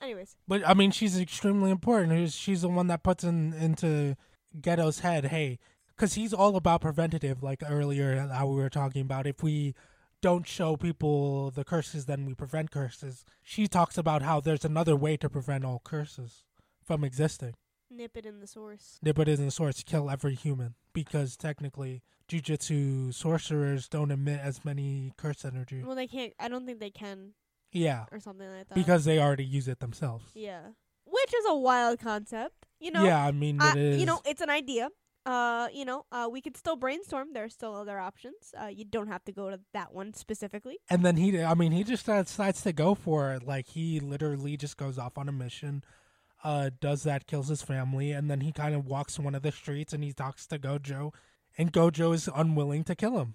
Speaker 1: Anyways,
Speaker 2: But I mean, she's extremely important. She's- She's the one that puts in into Ghetto's head, hey, because he's all about preventative. Like earlier, how we were talking about, if we don't show people the curses, then we prevent curses. She talks about how there's another way to prevent all curses from existing.
Speaker 1: Nip it in the source.
Speaker 2: Nip it in the source, kill every human. Because technically, jujitsu sorcerers don't emit as many curse energy.
Speaker 1: Well, they can't. I don't think they can,
Speaker 2: Yeah,
Speaker 1: or something like that.
Speaker 2: because they already use it themselves.
Speaker 1: yeah, which is a wild concept. You know.
Speaker 2: yeah, I mean,
Speaker 1: I-
Speaker 2: it is.
Speaker 1: you know, it's an idea. Uh, you know, uh, we could still brainstorm. There are still other options. Uh, you don't have to go to that one specifically.
Speaker 2: and then he, I mean, he just decides to go for it. Like, he literally just goes off on a mission, uh, does that, kills his family, and then he kind of walks one of the streets and he talks to Gojo, and Gojo is unwilling to kill him.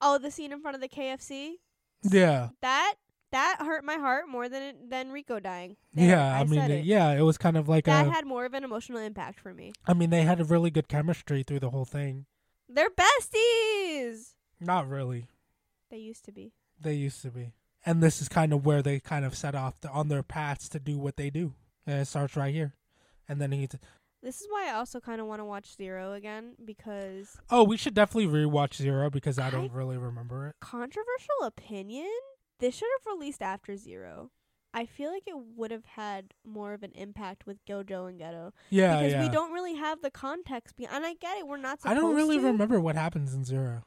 Speaker 1: Oh, the scene in front of the KFC.
Speaker 2: Yeah.
Speaker 1: That that hurt my heart more than it, than Rico dying. There,
Speaker 2: Yeah, I, mean,
Speaker 1: said
Speaker 2: it-
Speaker 1: it.
Speaker 2: yeah, it was kind of like
Speaker 1: that
Speaker 2: a.
Speaker 1: had more of an emotional impact for me.
Speaker 2: I mean, they had a really good chemistry through the whole thing.
Speaker 1: They're besties.
Speaker 2: Not really.
Speaker 1: They used to be.
Speaker 2: They used to be. And this is kind of where they kind of set off to, on their paths to do what they do. And it starts right here. And then he's,
Speaker 1: This is why I also kind of want to watch Zero again because
Speaker 2: oh, we should definitely rewatch Zero because I don't
Speaker 1: I-
Speaker 2: really remember it.
Speaker 1: controversial opinion. This should have released after Zero. I feel like it would have had more of an impact with Gojo and Ghetto
Speaker 2: Yeah,
Speaker 1: because
Speaker 2: yeah.
Speaker 1: we don't really have the context. Be- and I get it, we're not.
Speaker 2: I
Speaker 1: Supposed
Speaker 2: don't really
Speaker 1: to.
Speaker 2: remember what happens in Zero.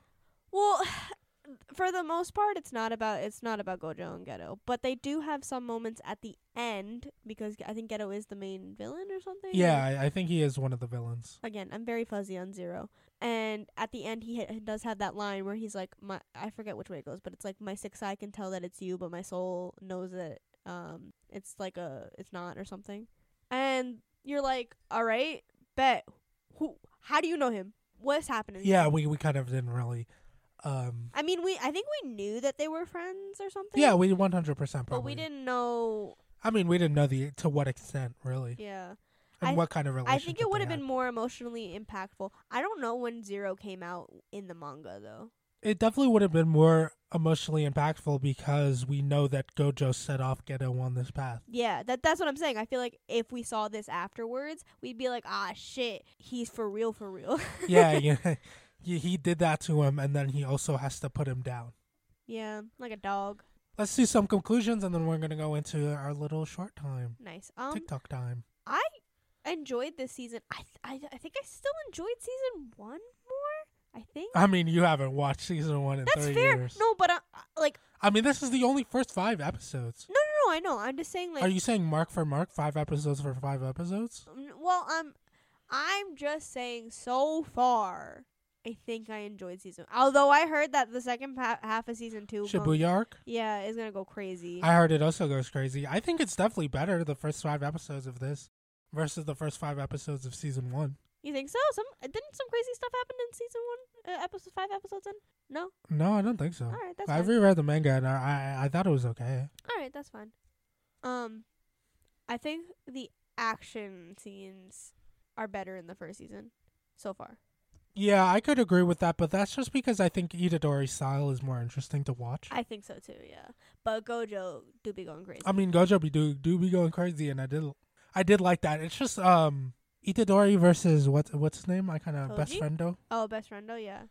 Speaker 1: Well, for the most part, it's not about it's not about Gojo and Ghetto, but they do have some moments at the end because I think Ghetto is the main villain or something.
Speaker 2: Yeah, I, I think he is one of the villains.
Speaker 1: Again, I'm very fuzzy on Zero, and at the end, he, ha- he does have that line where he's like, "My I forget which way it goes, but it's like my sixth eye can tell that it's you, but my soul knows that um it's like a it's not or something." And you're like, "All right, bet who? How do you know him? What's happening?"
Speaker 2: Yeah, we, we kind of didn't really. Um,
Speaker 1: I mean, we I think we knew that they were friends or something.
Speaker 2: yeah, we 100% probably.
Speaker 1: but we didn't know.
Speaker 2: I mean, we didn't know the to what extent, really,
Speaker 1: Yeah,
Speaker 2: and
Speaker 1: I-
Speaker 2: what kind of
Speaker 1: I
Speaker 2: relationship.
Speaker 1: think it would
Speaker 2: they
Speaker 1: have
Speaker 2: had.
Speaker 1: been more emotionally impactful. I don't know when Zero came out in the manga though.
Speaker 2: It definitely would have been more emotionally impactful because we know that Gojo set off Ghetto on this path.
Speaker 1: Yeah, that that's what I'm saying. I feel like if we saw this afterwards, we'd be like, ah, shit, he's for real, for real.
Speaker 2: Yeah, yeah. He he did that to him, and then he also has to put him down.
Speaker 1: yeah, like a dog.
Speaker 2: Let's do some conclusions, and then we're gonna go into our little short time,
Speaker 1: Nice. Um,
Speaker 2: TikTok time.
Speaker 1: I enjoyed this season. I th- I I think I still enjoyed season one more. I think
Speaker 2: I mean, you haven't watched season one in
Speaker 1: that's
Speaker 2: three
Speaker 1: fair.
Speaker 2: years.
Speaker 1: No, but uh, like
Speaker 2: I mean, this is the only first five episodes.
Speaker 1: no, no, no. I know. I'm just saying like
Speaker 2: Are you saying mark for mark, five episodes for five episodes?
Speaker 1: Mm, Well, um, I'm just saying so far, I think I enjoyed season. Although I heard that the second pa- half of season two, gon-
Speaker 2: Shibuya arc.
Speaker 1: yeah, is gonna go crazy.
Speaker 2: I heard it also goes crazy. I think it's definitely better the first five episodes of this versus the first five episodes of season one.
Speaker 1: you think so? Some didn't some crazy stuff happen in season one, uh, episode five episodes in? No,
Speaker 2: No, I don't think so.
Speaker 1: all right, that's
Speaker 2: I
Speaker 1: fine.
Speaker 2: reread the manga and I, I I thought it was okay.
Speaker 1: all right, that's fine. Um, I think the action scenes are better in the first season so far.
Speaker 2: Yeah, I could agree with that, but that's just because I think Itadori's style is more interesting to watch. I,
Speaker 1: I think so too. Yeah, but Gojo do be going crazy.
Speaker 2: mean, Gojo be do do be going crazy, and I did I did like that. It's just um Itadori versus what what's his name? I kind of best
Speaker 1: Koji?
Speaker 2: friendo.
Speaker 1: oh, best friend. Oh, yeah.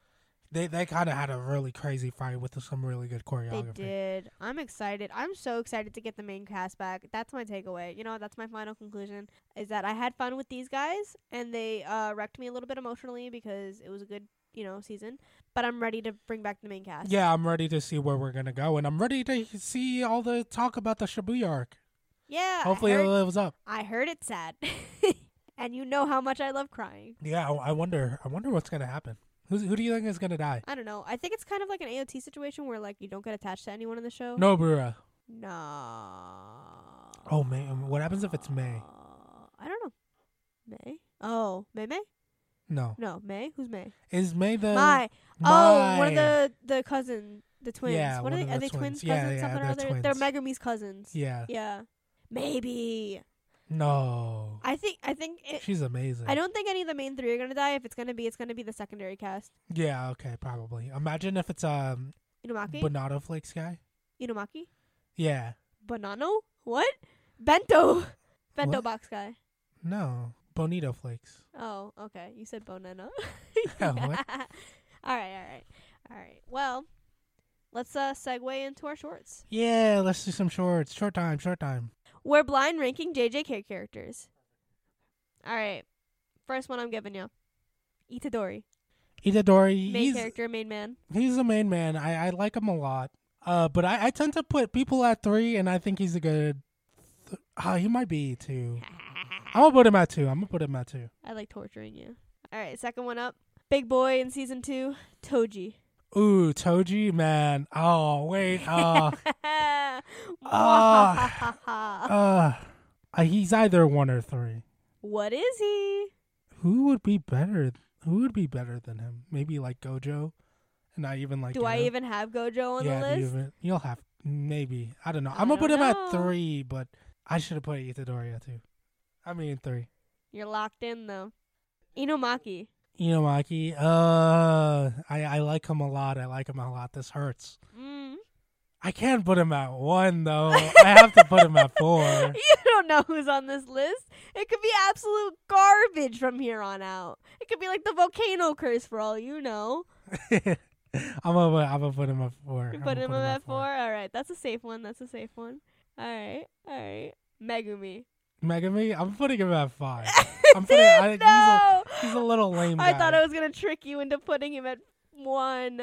Speaker 2: They they kind of had a really crazy fight with some really good
Speaker 1: They
Speaker 2: choreography.
Speaker 1: did. I'm excited. I'm so excited to get the main cast back. That's my takeaway. You know, that's my final conclusion is that I had fun with these guys and they uh, wrecked me a little bit emotionally because it was a good, you know, season. But I'm ready to bring back the main cast.
Speaker 2: Yeah, I'm ready to see where we're gonna go, and I'm ready to see all the talk about the Shibuya arc.
Speaker 1: Yeah.
Speaker 2: Hopefully,
Speaker 1: I
Speaker 2: uh, it
Speaker 1: heard,
Speaker 2: lives up.
Speaker 1: I heard it sad. and you know how much I love crying.
Speaker 2: Yeah, I I wonder. I wonder what's gonna happen. Who's, who do you think is gonna die?
Speaker 1: I don't know. I think it's kind of like an AOT situation where like you don't get attached to anyone in the show.
Speaker 2: Nobura.
Speaker 1: No.
Speaker 2: Oh man, what happens if it's May?
Speaker 1: I don't know. May? Oh, May May?
Speaker 2: No,
Speaker 1: No, May? Who's May?
Speaker 2: is May the
Speaker 1: Mai. Oh, one of the the cousin, the twins.
Speaker 2: Yeah,
Speaker 1: what are
Speaker 2: one
Speaker 1: they?
Speaker 2: of
Speaker 1: are they
Speaker 2: the
Speaker 1: twins?
Speaker 2: twins. Yeah,
Speaker 1: cousins?
Speaker 2: yeah,
Speaker 1: something or
Speaker 2: they're
Speaker 1: other. They're
Speaker 2: twins.
Speaker 1: Megumi's cousins.
Speaker 2: Yeah.
Speaker 1: Yeah. Maybe.
Speaker 2: No,
Speaker 1: I think. I think. It,
Speaker 2: she's amazing.
Speaker 1: I don't think any of the main three are gonna die. If it's gonna be, it's gonna be the secondary cast.
Speaker 2: Yeah. Okay. Probably. Imagine if it's um
Speaker 1: Inomaki.
Speaker 2: Bonato Flakes guy.
Speaker 1: Inomaki.
Speaker 2: Yeah.
Speaker 1: Bonano. What? Bento. Bento
Speaker 2: What?
Speaker 1: box guy.
Speaker 2: No, Bonito Flakes.
Speaker 1: Oh, okay. You said Bonano.
Speaker 2: Oh,
Speaker 1: all
Speaker 2: what?
Speaker 1: right. All right. All right. Well, let's uh segue into our shorts.
Speaker 2: Yeah. Let's do some shorts. Short time. Short time.
Speaker 1: We're blind ranking JJK characters. All right. First one I'm giving you. Itadori.
Speaker 2: Itadori,
Speaker 1: Main
Speaker 2: he's
Speaker 1: character, main man.
Speaker 2: he's the main man. I, I like him a lot. Uh, but I, I tend to put people at three, and I think he's a good. Th- ah, he might be two. I'm gonna put him at two. I'm gonna put him at two.
Speaker 1: I like torturing you. All right, second one up. Big boy in season two, Toji.
Speaker 2: Ooh, Toji, man. Oh, wait. Uh, uh, uh, he's either one or three.
Speaker 1: what is he?
Speaker 2: Who would be better? Who would be better than him? Maybe like Gojo, and not even like.
Speaker 1: Do I
Speaker 2: Gedo.
Speaker 1: even have Gojo on
Speaker 2: yeah,
Speaker 1: the
Speaker 2: do you
Speaker 1: list?
Speaker 2: even- you'll have maybe. I don't know.
Speaker 1: I
Speaker 2: I'm gonna
Speaker 1: don't
Speaker 2: put him
Speaker 1: know.
Speaker 2: at three, but I should have put Itadori at two. I mean three.
Speaker 1: You're locked in though. Inomaki.
Speaker 2: Inomaki, uh, I I like him a lot. I like him a lot. This hurts.
Speaker 1: Mm.
Speaker 2: I can't put him at one though. I have to put him at four.
Speaker 1: You don't know who's on this list. It could be absolute garbage from here on out. It could be like the volcano curse for all you know.
Speaker 2: I'm gonna I'm gonna put him at four.
Speaker 1: You
Speaker 2: I'ma
Speaker 1: put him up at four. All right, that's a safe one. That's a safe one. All right, all right. Megumi.
Speaker 2: Megami, I'm putting him at five. I'm putting. I, he's, a,
Speaker 1: no,
Speaker 2: he's a little lame.
Speaker 1: I
Speaker 2: guy.
Speaker 1: thought I was gonna trick you into putting him at one.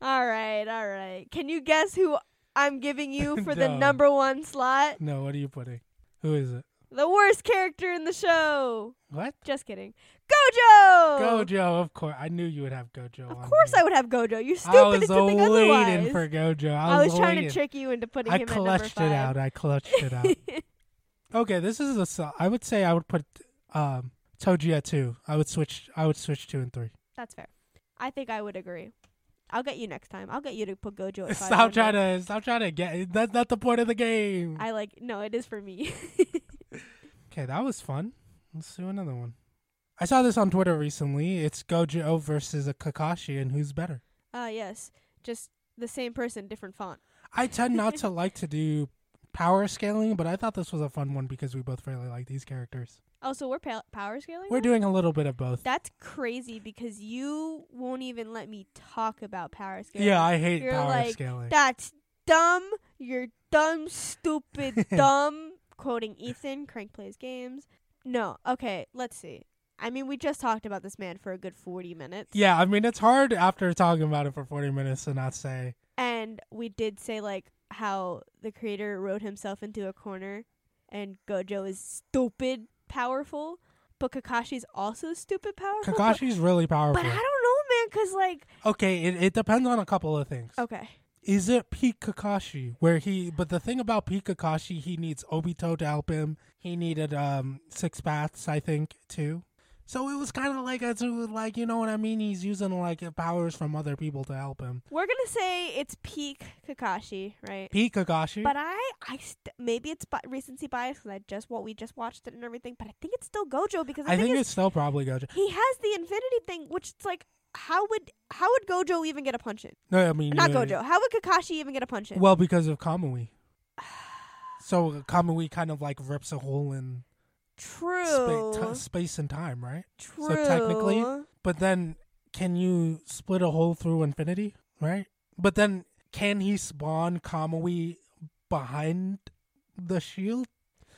Speaker 1: All right, all right. Can you guess who I'm giving you for the
Speaker 2: No.
Speaker 1: number one slot?
Speaker 2: No, what are you putting? Who is it?
Speaker 1: The worst character in the show.
Speaker 2: What?
Speaker 1: Just kidding. Gojo.
Speaker 2: Gojo, of course. I knew you would have Gojo.
Speaker 1: Oh. Of
Speaker 2: on
Speaker 1: course,
Speaker 2: there.
Speaker 1: I would have Gojo. You're
Speaker 2: I
Speaker 1: stupid to
Speaker 2: was
Speaker 1: think otherwise.
Speaker 2: waiting for Gojo. I was,
Speaker 1: I was trying
Speaker 2: waiting.
Speaker 1: to trick you into putting
Speaker 2: I
Speaker 1: him
Speaker 2: clutched
Speaker 1: at
Speaker 2: it out.
Speaker 1: number
Speaker 2: I clutched it out.
Speaker 1: five.
Speaker 2: okay, this is a. so- I would say I would put um, Toji at two. I would switch. I would switch two and three.
Speaker 1: That's fair. I think I would agree. I'll get you next time. I'll get you to put Gojo. At five
Speaker 2: Stop
Speaker 1: one
Speaker 2: trying
Speaker 1: day.
Speaker 2: to. Stop trying to get. That's not the point of the game.
Speaker 1: I like. No, it is for me.
Speaker 2: Okay, that was fun. Let's do another one. I saw this on Twitter recently. It's Gojo versus a Kakashi, and who's better?
Speaker 1: uh yes, just the same person, different font.
Speaker 2: I tend not to like to do power scaling, but I thought this was a fun one because we both really like these characters.
Speaker 1: Oh, so we're pa- power scaling.
Speaker 2: We're
Speaker 1: now?
Speaker 2: doing a little bit of both.
Speaker 1: That's crazy because you won't even let me talk about power scaling.
Speaker 2: Yeah, I hate
Speaker 1: You're
Speaker 2: power
Speaker 1: like,
Speaker 2: scaling.
Speaker 1: That's dumb. You're dumb, stupid, dumb. Quoting Ethan, Crank plays games. No, okay, let's see. I mean, we just talked about this man for a good 40 minutes.
Speaker 2: yeah, I mean it's hard after talking about it for forty minutes to not say
Speaker 1: And we did say, like, how the creator wrote himself into a corner and Gojo is stupid powerful, but Kakashi's also stupid powerful. but-
Speaker 2: Kakashi's really
Speaker 1: But
Speaker 2: powerful.
Speaker 1: I don't know, man, 'cause like,
Speaker 2: Okay, it, it depends on a couple of things.
Speaker 1: okay.
Speaker 2: Is it peak Kakashi where he? But the thing about peak Kakashi, he needs Obito to help him. He needed um six paths, I think, too. So it was kind of like a like you know what I mean. He's using like powers from other people to help him.
Speaker 1: We're going to say it's peak Kakashi, right?
Speaker 2: Peak Kakashi.
Speaker 1: But uh, I, I st- maybe it's bi- recency bias because I just what we just watched it and everything. But I think it's still Gojo because I,
Speaker 2: I think
Speaker 1: it's,
Speaker 2: it's still probably Gojo.
Speaker 1: he has the infinity thing, which it's like how would how would Gojo even get a punch in?
Speaker 2: No, I mean
Speaker 1: Not
Speaker 2: uh,
Speaker 1: Gojo. How would Kakashi even get a punch in?
Speaker 2: Well, because of Kamui. So Kamui kind of like rips a hole in
Speaker 1: true,
Speaker 2: spa- t- space and time, right?
Speaker 1: true.
Speaker 2: so technically- But then, can you split a hole through infinity, right? But then, can he spawn Kamui behind the shield?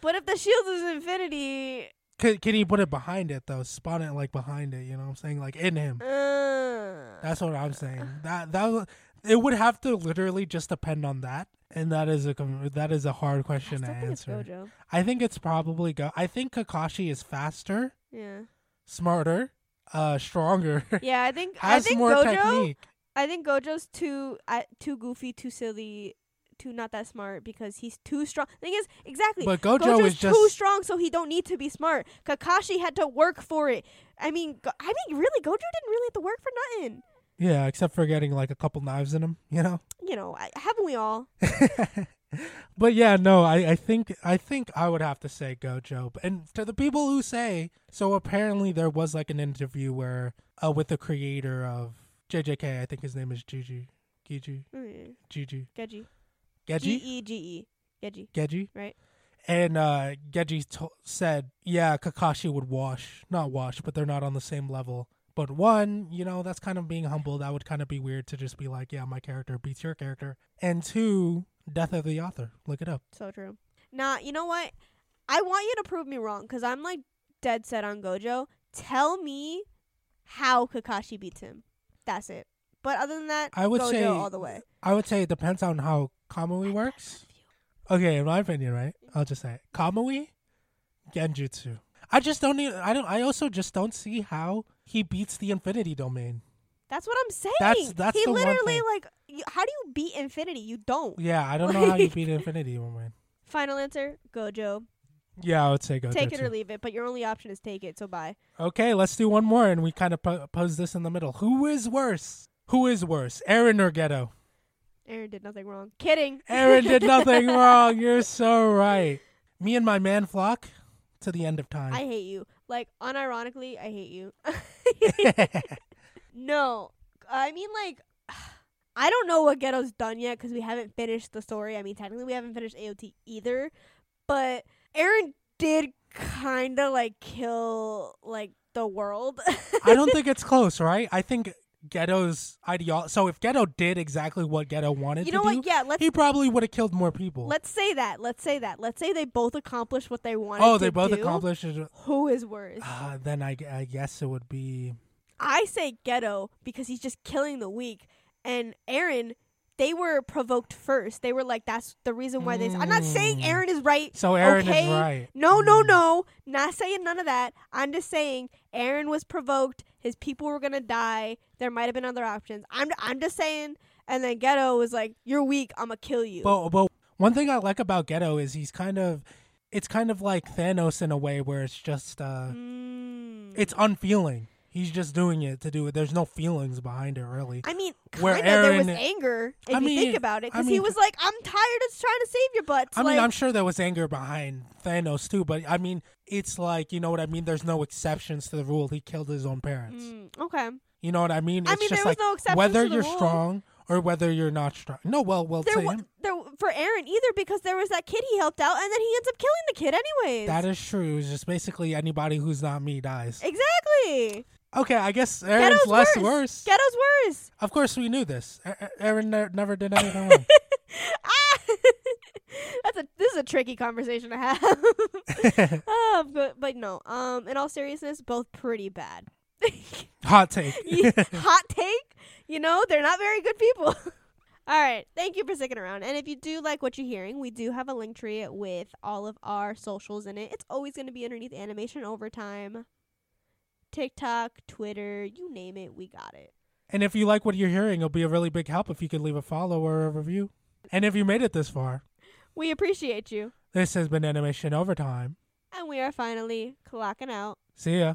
Speaker 1: but if the shield is infinity,
Speaker 2: Can, can he put it behind it though? Spawn it like behind it. You know what I'm saying? Like in him.
Speaker 1: uh,
Speaker 2: That's what I'm saying. That that was- it would have to literally just depend on that, and that is a com- that is a hard
Speaker 1: I
Speaker 2: question
Speaker 1: still
Speaker 2: to
Speaker 1: think it's
Speaker 2: answer.
Speaker 1: Gojo.
Speaker 2: I think it's probably go. I think Kakashi is faster,
Speaker 1: Yeah,
Speaker 2: smarter, uh, stronger.
Speaker 1: yeah. I think I
Speaker 2: Has
Speaker 1: think
Speaker 2: more
Speaker 1: Gojo.
Speaker 2: technique.
Speaker 1: I think Gojo's too uh, too goofy, too silly, too not that smart because he's too strong. Thing is, exactly.
Speaker 2: But Gojo
Speaker 1: Gojo's
Speaker 2: Oh, is
Speaker 1: too
Speaker 2: just-
Speaker 1: strong, so he don't need to be smart. Kakashi had to work for it. I mean, Go- I mean, really, Gojo didn't really have to work for nothing.
Speaker 2: Yeah, except for getting like a couple knives in him, you know.
Speaker 1: You know, I, haven't we all?
Speaker 2: but yeah, no, I, I think I think I would have to say Gojo. And to the people who say so, apparently there was like an interview where uh, with the creator of JJK, I think his name is Juju, Giju,
Speaker 1: Mm,
Speaker 2: Juju,
Speaker 1: Geji. G
Speaker 2: Geji,
Speaker 1: E G E. Geji.
Speaker 2: Geji,
Speaker 1: Right.
Speaker 2: And uh, Geji to- said, yeah, Kakashi would wash, not wash, but they're not on the same level. But one, you know, that's kind of being humble. That would kind of be weird to just be like, yeah, my character beats your character. And two, death of the author. Look it up.
Speaker 1: So true. Nah, you know what? I want you to prove me wrong because I'm like dead set on Gojo. Tell me how Kakashi beats him. That's it. But other than that,
Speaker 2: I would
Speaker 1: Gojo
Speaker 2: say-
Speaker 1: all the way.
Speaker 2: I would say it depends on how Kamui works. Okay, in my opinion, right? I'll just say it. Kamui, Genjutsu. I just don't need. I don't. I also just don't see how he beats the Infinity Domain.
Speaker 1: That's what I'm saying.
Speaker 2: that's
Speaker 1: he
Speaker 2: the one
Speaker 1: literally
Speaker 2: thing.
Speaker 1: like. You, how do you beat infinity? You don't.
Speaker 2: Yeah, I don't know how you
Speaker 1: Like-
Speaker 2: beat Infinity Domain.
Speaker 1: Final answer: Gojo.
Speaker 2: Yeah, I would say go
Speaker 1: take it or leave it. But your only option is take it. So bye.
Speaker 2: Okay, let's do one more, and we kind of po- pose this in the middle. Who is worse? Who is worse, Aaron or Ghetto?
Speaker 1: Aaron did nothing wrong. Kidding.
Speaker 2: Aaron did nothing wrong. You're so right. Me and my man flock to the end of time.
Speaker 1: I hate you. Like unironically, I hate you. no, I mean like. I don't know what Ghetto's done yet because we haven't finished the story. I mean, technically, we haven't finished AOT either. But Aaron did kind of like kill like the world.
Speaker 2: I don't think it's close, right? I think Ghetto's ideal. So if Ghetto did exactly what Ghetto wanted
Speaker 1: you
Speaker 2: to
Speaker 1: know
Speaker 2: do,
Speaker 1: what? Yeah, let's
Speaker 2: he probably would have killed more people.
Speaker 1: Let's say that. Let's say that. Let's say they both accomplished what they wanted.
Speaker 2: oh,
Speaker 1: to
Speaker 2: they both
Speaker 1: do.
Speaker 2: accomplished. It.
Speaker 1: Who is worse?
Speaker 2: Uh, then I, gu- I guess it would be.
Speaker 1: I say Ghetto because he's just killing the weak. And Aaron, they were provoked first. They were like, "That's the reason why they." I'm not saying
Speaker 2: Mm.
Speaker 1: Aaron is right.
Speaker 2: So Aaron
Speaker 1: Okay.
Speaker 2: is right.
Speaker 1: No, no,
Speaker 2: Mm.
Speaker 1: no. Not saying none of that. I'm just saying Aaron was provoked. His people were gonna die. There might have been other options. I'm, I'm just saying. And then Ghetto was like, "You're weak. I'm gonna kill you."
Speaker 2: But but one thing I like about Ghetto is he's kind of, it's kind of like Thanos in a way where it's just uh,
Speaker 1: Mm.
Speaker 2: it's unfeeling. He's just doing it to do it. There's no feelings behind it really.
Speaker 1: I mean,
Speaker 2: Where
Speaker 1: kind of. There was
Speaker 2: Aaron-
Speaker 1: anger if
Speaker 2: I
Speaker 1: you think
Speaker 2: mean-
Speaker 1: about it,
Speaker 2: I
Speaker 1: because he
Speaker 2: mean-
Speaker 1: was like, "I'm tired of trying to save your butts."
Speaker 2: I
Speaker 1: like,
Speaker 2: mean, I'm sure there was anger behind Thanos too, but I mean, it's like you know what I mean. There's no exceptions to the rule. He killed his own parents.
Speaker 1: Mm, okay.
Speaker 2: You know what I mean? It's
Speaker 1: I mean,
Speaker 2: just
Speaker 1: there was
Speaker 2: like
Speaker 1: no exceptions
Speaker 2: whether
Speaker 1: to the
Speaker 2: you're
Speaker 1: rule.
Speaker 2: strong or whether you're not strong. No, well, well,
Speaker 1: There
Speaker 2: to
Speaker 1: was
Speaker 2: him,
Speaker 1: there for Aaron either because there was that kid he helped out, and then he ends up killing the kid anyways.
Speaker 2: that is true. It's just basically anybody who's not me dies.
Speaker 1: exactly.
Speaker 2: Okay, I guess Aaron's less
Speaker 1: worse.
Speaker 2: worse.
Speaker 1: Ghetto's worse.
Speaker 2: Of course, we knew this. A- A- Aaron ne- never did anything wrong.
Speaker 1: Ah! That's a this is a tricky conversation to have. oh, but, but no. Um, in all seriousness, both pretty bad.
Speaker 2: Hot take.
Speaker 1: hot take. You know, they're not very good people. All right, thank you for sticking around. And if you do like what you're hearing, we do have a link tree with all of our socials in it. It's always going to be underneath animation overtime. TikTok, Twitter, you name it, we got it.
Speaker 2: and if you like what you're hearing, it'll be a really big help if you could leave a follow or a review. And if you made it this far,
Speaker 1: We appreciate you.
Speaker 2: this has been Animation Overtime.
Speaker 1: And we are finally clocking out.
Speaker 2: See ya.